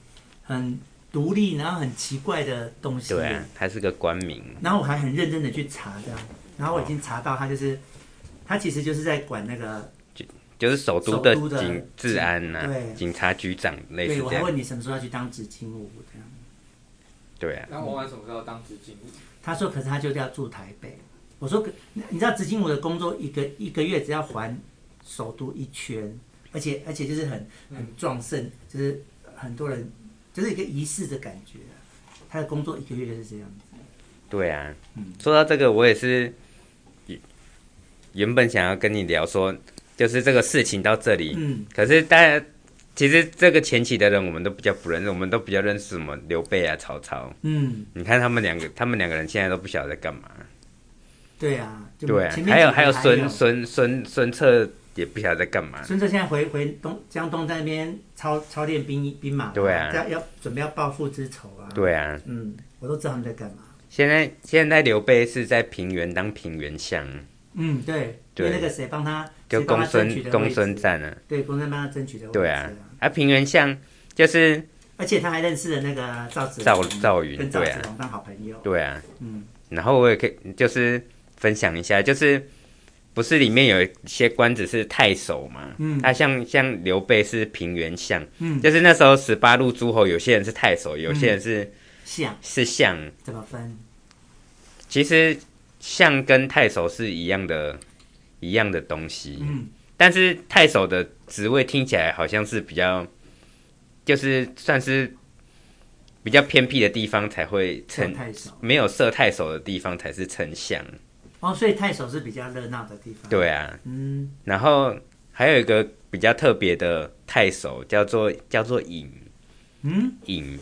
很独立，然后很奇怪的东西。
对啊，他是个官名
然后我还很认真的去查这样，然后我已经查到它就是，它其实就是在管那个。
就是首都
首都的
警治安呐、
对
警察局长类似
对，我
这
还
样
问你什么时候要去当执勤务这样。
对啊
那王安什么时候当执金？
他说，可是他就是要住台北。我说，可你你知道执勤务的工作一个一个月只要环首都一圈，而且而且就是很很壮盛，就是很多人就是一个仪式的感觉。啊他的工作一个月就是这样子。
对啊
嗯，
说到这个我也是原原本想要跟你聊说，就是这个事情到这里，
嗯，
可是大家其实这个前期的人我们都比较不认识，我们都比较认识什么刘备啊、曹操，
嗯，
你看他们两个，他们两个人现在都不晓得在干嘛，
对啊，就
对啊
前，面
还有
几集还
有孙孙孙孙策也不晓得在干嘛，
孙策现在回回东江东在那边操操练兵兵马，
对啊
要要准备要报复之仇啊。，
对啊，
嗯，我都知道他们在干嘛。
现在现在刘备是在平原当平原相，
嗯，对，
对
因为那个谁帮他，
就
谁帮
公
他争取
孙
的
公
位置
孙，瓒啊，
对，公孙帮他争取的位置，
对啊，啊平原相就是
而且他还认识了那个赵子龙
赵赵云
跟赵
对
子
啊
龙当好朋友，
对啊，
嗯
然后我也可以就是分享一下，就是不是里面有一些官职是太守嘛？
嗯
他像像刘备是平原相，
嗯
就是那时候十八路诸侯，有些人是太守，有些人是、
象
是相。
怎么分？
其实相跟太守是一样的，一样的东西。
嗯
但是太守的职位听起来好像是比较，就是算是比较偏僻的地方才会
称
称，
太守
没有设太守的地方才是称相。
哦，所以太守是比较热闹的地方。，
对啊，
嗯，
然后还有一个比较特别的太守叫做叫做尹，
嗯，
尹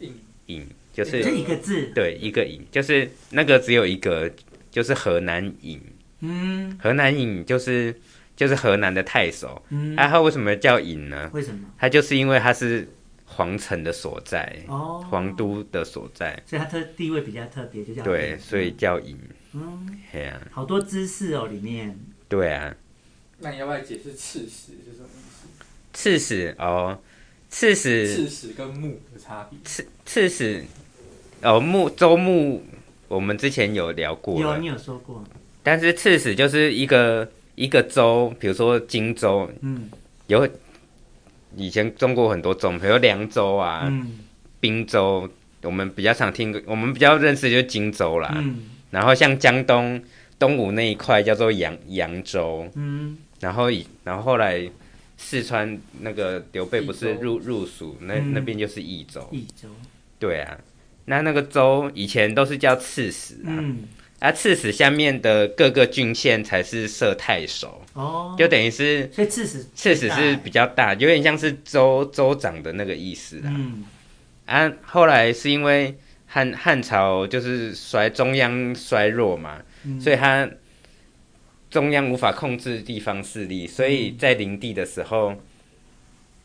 尹
尹就是
这一个字，
对一个尹，就是那个只有一个，就是河南尹。
嗯
河南尹就是就是河南的太守，
嗯，
啊，他为什么叫尹呢？
为什么？
他就是因为他是皇城的所在，
哦，
皇，都的所在，
所以他特地位比较特别，就叫
对，所以叫尹。
嗯，
嘿啊，
好多知识哦，里面
对啊，
那你要不要解释刺史是什么意
刺史哦，刺
思？刺
史，
史跟木的差别。
刺刺史，哦，牧周牧，我们之前有聊过
有啊
了
你，有说过，
但是刺史就是一个一个州，比如说荆州，
嗯
有以前中国很多州，比如凉州啊，
嗯
滨州，我们比较常听，我们比较认识就是荆州啦。
嗯
然后像江东、东吴那一块叫做扬扬州，
嗯
然后以然后后来四川那个刘备不是
益州
入入蜀，那、
嗯
那边就是益州。
益州，
对啊，那那个州以前都是叫刺史啊，
嗯
啊刺史下面的各个郡县才是设太守，
哦，
就等于是
所以刺史
刺史是比较大，有点像是州州长的那个意思啦。
嗯
啊，后来是因为汉汉朝就是衰中央衰弱嘛，
嗯
所以他中央无法控制地方势力，所以在灵帝的时候，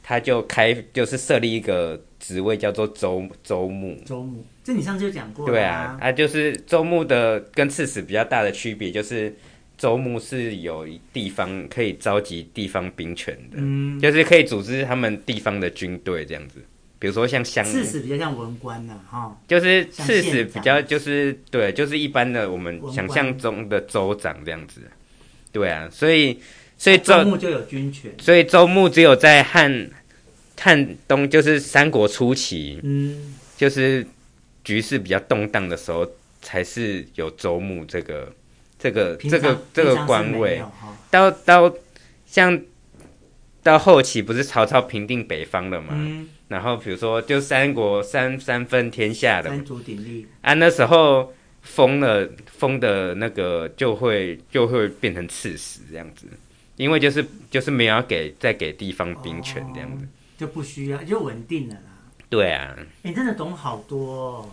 他就开就是设立一个职位叫做州州牧。
周牧，这你上次有讲过，
对啊，，啊，就是州牧的跟刺史比较大的区别就是，州牧是有地方可以召集地方兵权的，
嗯，
就是可以组织他们地方的军队这样子。比如说像乡
刺史比较像文官呐，哈，
就是
像
刺
县
史
长啊
比较就是对，就是一般的我们
文官
想象中的州长这样子。对啊，所以所以
啊周
州
牧就有军权，
所以州牧只有在汉汉东，就是三国初期，
嗯
就是局势比较动荡的时候，才是有州牧这个这个
平
这
常
个这
平
个
常是
官
没
位
有。哈
到到像到后期不是曹操平定北方了嘛？
嗯，
然后比如说就三国三三分天下了嘛
三足鼎立，
啊，那时候封了封的那个就会就会变成刺史这样子，因为就是就是没有要给再给地方兵权这样子。
就不需要，就稳定了啦。
对啊，
你真的懂好多、哦，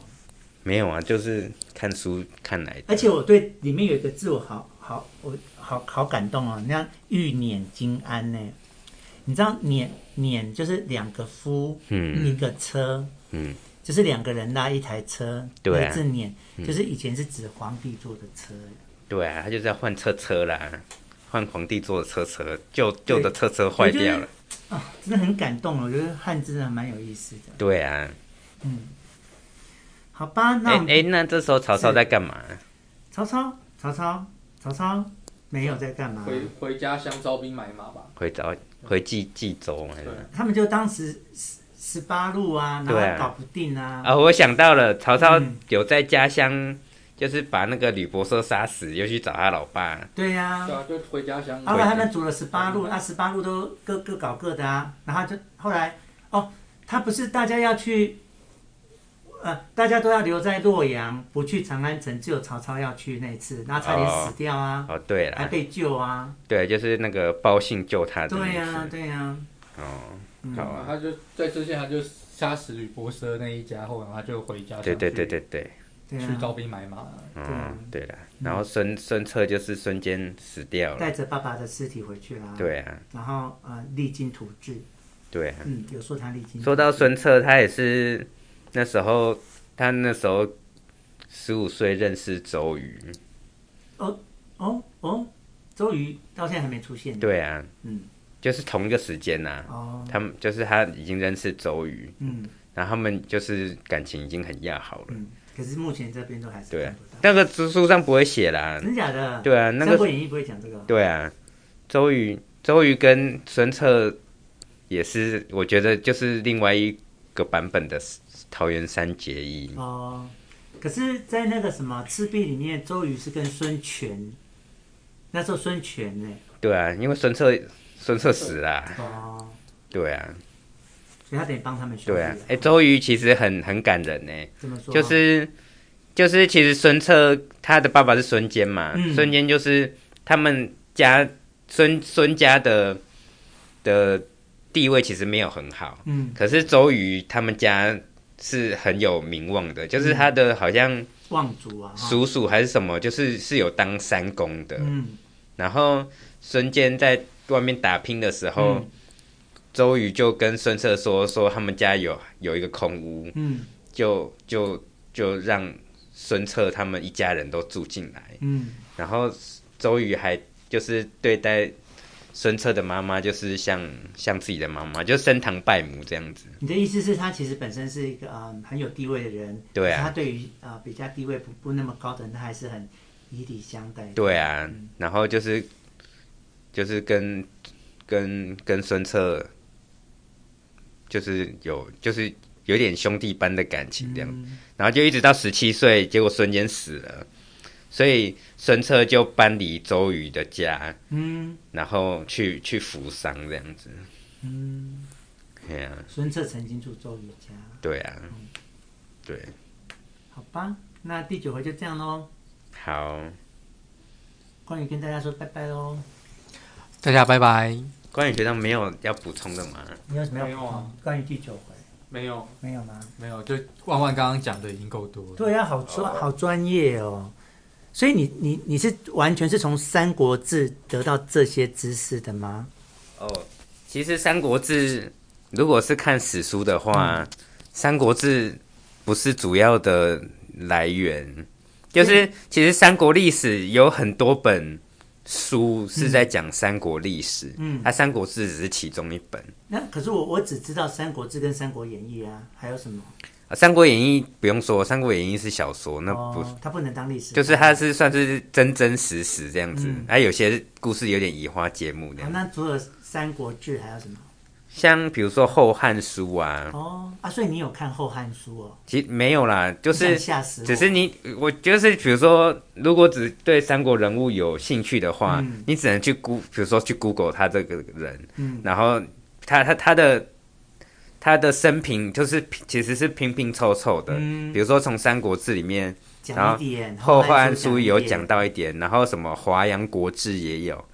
没有啊，就是看书看来的。
而且我对里面有一个字，我好好我好好感动哦。那玉辇金鞍呢？你知道辇辇就是两个夫、
嗯
一个车，
嗯，
就是两个人拉一台车，
对啊
那个字辇就是以前是指皇帝坐的车，
对啊，他就是要换车车啦，换皇帝坐的车车，旧旧的车车坏掉了。
啊，真的很感动哦。我觉得汉字真的蛮有意思的。
对啊，
好吧，那
哎
我
哎
们、
诶那这时候曹操在干嘛？
曹操，曹操，曹操没有在干嘛？
回回家乡招兵买马吧。
回找回冀冀州还是
对？
他们就当时十十八路啊，
对啊
然后搞不定啊，
啊，我想到了，曹操
嗯
有在家乡，就是把那个吕伯奢杀死，又去找他老爸。
对呀、
对啊，就回家乡。
后来他们组了十八路，啊那十八路都各各搞各的啊。然后就后来哦，他不是大家要去，呃，大家都要留在洛阳，不去长安城，只有曹操要去那一次，然后差点死掉啊，
哦，对
还
了，
被救啊。
对，就是那个包信救他的那
对
一
呀、
次。
对呀、
哦，
嗯
好
然后
啊，
他就在这些，他就杀死吕伯奢那一家后，然后他就回家乡
对对
去
对对对，
对
去招
呀、
兵买马。
哦，对了，
嗯
然后孙孙策就是孙坚死掉
带
了。
着爸爸的尸体回去啦。，
对啊，
然后呃，励精图治，
对啊。
嗯，有说他励精。
说到，孙策，他也是那时候，他那时候十五岁认识周瑜。
嗯哦哦，周瑜到现在还没出现。，
对啊，
嗯，
就是同一个时间呐、
哦，
他们就是他已经认识周瑜，
嗯。
然后他们就是感情已经很要好了。
嗯可是目前这边都还是
对
看
啊
不到。
那个书书上不会写啦，
真假的？
对啊，那
三国
个
演义》不会讲这个。
对啊，周瑜周瑜跟孙策也是，我觉得就是另外一个版本的桃园三结义，
哦，可是，在那个什么《赤壁》里面，周瑜是跟孙权，那时候孙权呢、
对啊，因为孙策孙策死啦，
哦，
对啊，
所以他等于帮他们兄弟
对
了
啊，哎、周瑜其实很很感人呢、
这么说
就是就是，其实孙策他的爸爸是孙坚嘛，
嗯
孙坚就是他们家孙孙家的的地位其实没有很好，
嗯，
可是周瑜他们家是很有名望的，就是他的好像
望族啊，哈
叔叔还是什么，就是是有当三公的。
嗯，
然后孙坚在外面打拼的时候，
嗯
周瑜就跟孙策说说他们家有有一个空屋，
嗯
就就就让孙策他们一家人都住进来，
嗯，
然后周瑜还就是对待孙策的妈妈，就是像像自己的妈妈，就升堂拜母这样子。
你的意思是，他其实本身是一个嗯很有地位的人，
对啊
可是他对于呃比较地位不不那么高的人，他还是很以礼相待。
对啊
嗯，
然后就是就是跟跟跟孙策就是有就是有点兄弟般的感情这样
嗯
然后就一直到十七岁，结果孙坚死了，所以孙策就搬离周瑜的家，
嗯
然后去去扶丧这样子。
嗯，
对啊，
孙策曾经住周瑜家，
对啊，对，
好吧，那第九回就这样喽。
好，
关羽跟大家说拜拜喽，
大家拜拜。
关羽学长没有要补充的吗？
你有什么要
没有
补
啊
充关于第九回
没有，
没有吗？
没有，就万万刚刚讲的已经够多了。
对啊，好专好专业哦。所以你你你是完全是从《三国志》得到这些知识的吗？
哦，其实《三国志》如果是看史书的话，
嗯
三国志》不是主要的来源，就是其实三国历史有很多本书是在讲三国历史，
嗯
它、三国志》只是其中一本。
那可是我我只知道《三国志》跟《三国演义》啊，还有什么？
啊，《三国演义》不用说，《三国演义》是小说，那不、
哦，它不能当历史，
就是它是算是真真实实这样子
嗯，
还、有些故事有点移花接木这
好
样，
哦那除了《三国志》还有什么？
像比如说《后汉书》啊，
哦啊，所以你有看《后汉书》哦？
其实没有啦，就
你想
是
吓死我，
只是你，我就是比如说，如果只对三国人物有兴趣的话，
嗯
你只能去 Go，比如说去 Google 他这个人，
嗯
然后他他他的他的生平就是其实是拼拼凑凑的，
嗯
比如说从《三国志》里面。然
讲
后
一点，
《后汉书》有
一点
讲。到一点，然后什么《华阳国志》也有，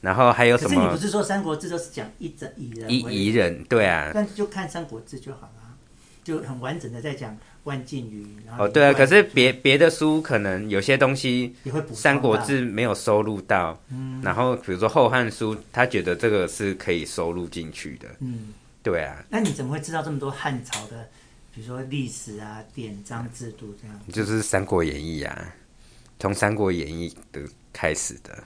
然后还有
可
什
是你
么
不是说《三国志》都是讲一整以人
夷
为
夷人，对啊，
但是就看《三国志》就好了，就很完整的在讲万径于。然后
哦对啊，
连贯
可是别别的书可能有些东西
也会补
《
充嗯吧
三国志》没有收录到，然后比如说《后汉书》，他觉得这个是可以收录进去的，
嗯，
对啊，
那你怎么会知道这么多汉朝的，比如说历史啊、典章制度这样？
就是《三国演义》啊，从《三国演义》的开始的。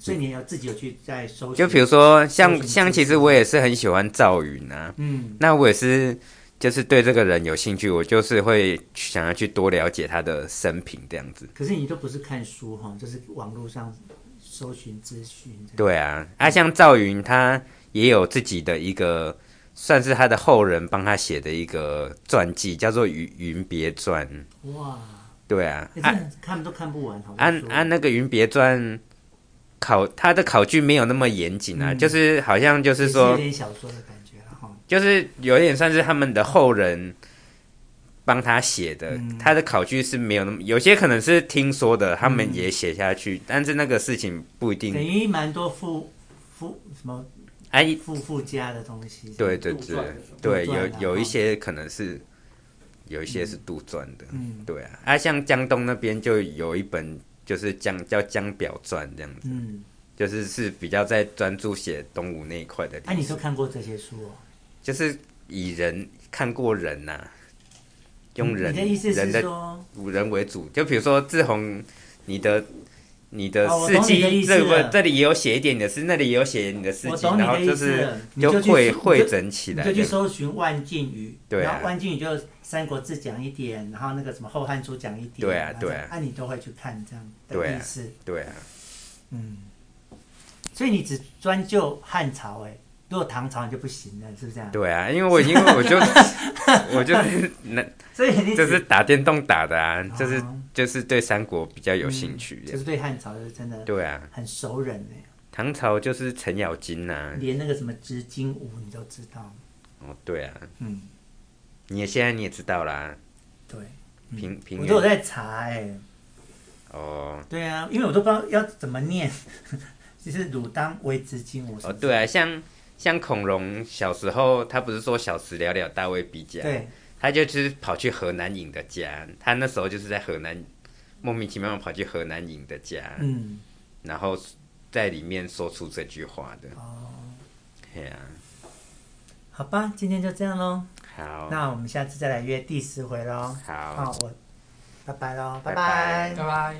所以你有自己有去在搜寻？
就比如说像
搜寻
像，
知识
其实我也是很喜欢赵云啊，
嗯
那我也是，就是对这个人有兴趣，我就是会想要去多了解他的生平这样子。
可是你都不是看书哈，就是网络上搜寻资讯这样。
对啊，啊，像赵云他也有自己的一个，算是他的后人帮他写的一个传记，叫做《云云别传》。
哇，
对啊，
欸、真
按
的看都看不完，好
按按那个《云别传》考他的考据没有那么严谨啊，
嗯
就是好像就是是说
有点小说的感觉了哈。
就是有点算是他们的后人帮他写的，
嗯
他的考据是没有那么，有些可能是听说的，他们也写下去，但是那个事情不一
嗯等
定。
于蛮多附附什么
哎，
附附加的东西。
对对
杜
对
撰的
对，
杜撰
有
的
有
哦
一些可能是有一些是杜撰的，
嗯
对啊。啊，像江东那边就有一本就是江叫《江表传》这样子，
嗯，
就是是比较在专注写东吴那一块的历史。
哎、你都看过这些书哦？
就是以人看过人呐、用人
你的意思
人
是
的
说，
古人为主，就比如说志宏，你的你的
哦我
事
懂你的
迹，
意思
这个
了
这里也有写一点你的事，那里也有写你的事
我
迹，
懂你
然后
的
就
意思
是
了，你就去
汇
你就
汇整起
你
来
就去
的。
搜寻万靖宇，
对啊
然后万靖宇就《三国志》讲一点，然后那个什么《后汉书》讲一点，
对啊
然后
对
这
啊
样啊你都会去看这样
对
的
啊
意思，
对啊，
嗯，所以你只专就汉朝、哎，如果唐朝你就不行了，是不是这样？
对啊，因为我因为 我就我就是那
所以你只
就是打电动打的啊，
哦
就是就是对三国比较有兴趣这
嗯就
样。
是对汉朝就是真的
对啊，
很熟人哎、
唐朝就是程咬金呐。
连那个什么织金舞你都知道，
哦，对啊，
嗯，
你也现在你也知道啦，
对，
平平
嗯我都有
原
在查哎、
哦
对啊，因为我都不知道要怎么念， 就是汝当为织金舞
哦，对啊，像像孔融小时候，他不是说小时了了，大未必佳，
对。
他就是跑去河南尹的家，他那时候就是在河南莫名其妙跑去河南尹的家，
嗯，
然后在里面说出这句话的。
哦，
嘿呀、
好吧，今天就这样喽。
好，
那我们下次再来约第十回喽。
好
好，我拜拜喽，拜
拜拜
拜拜。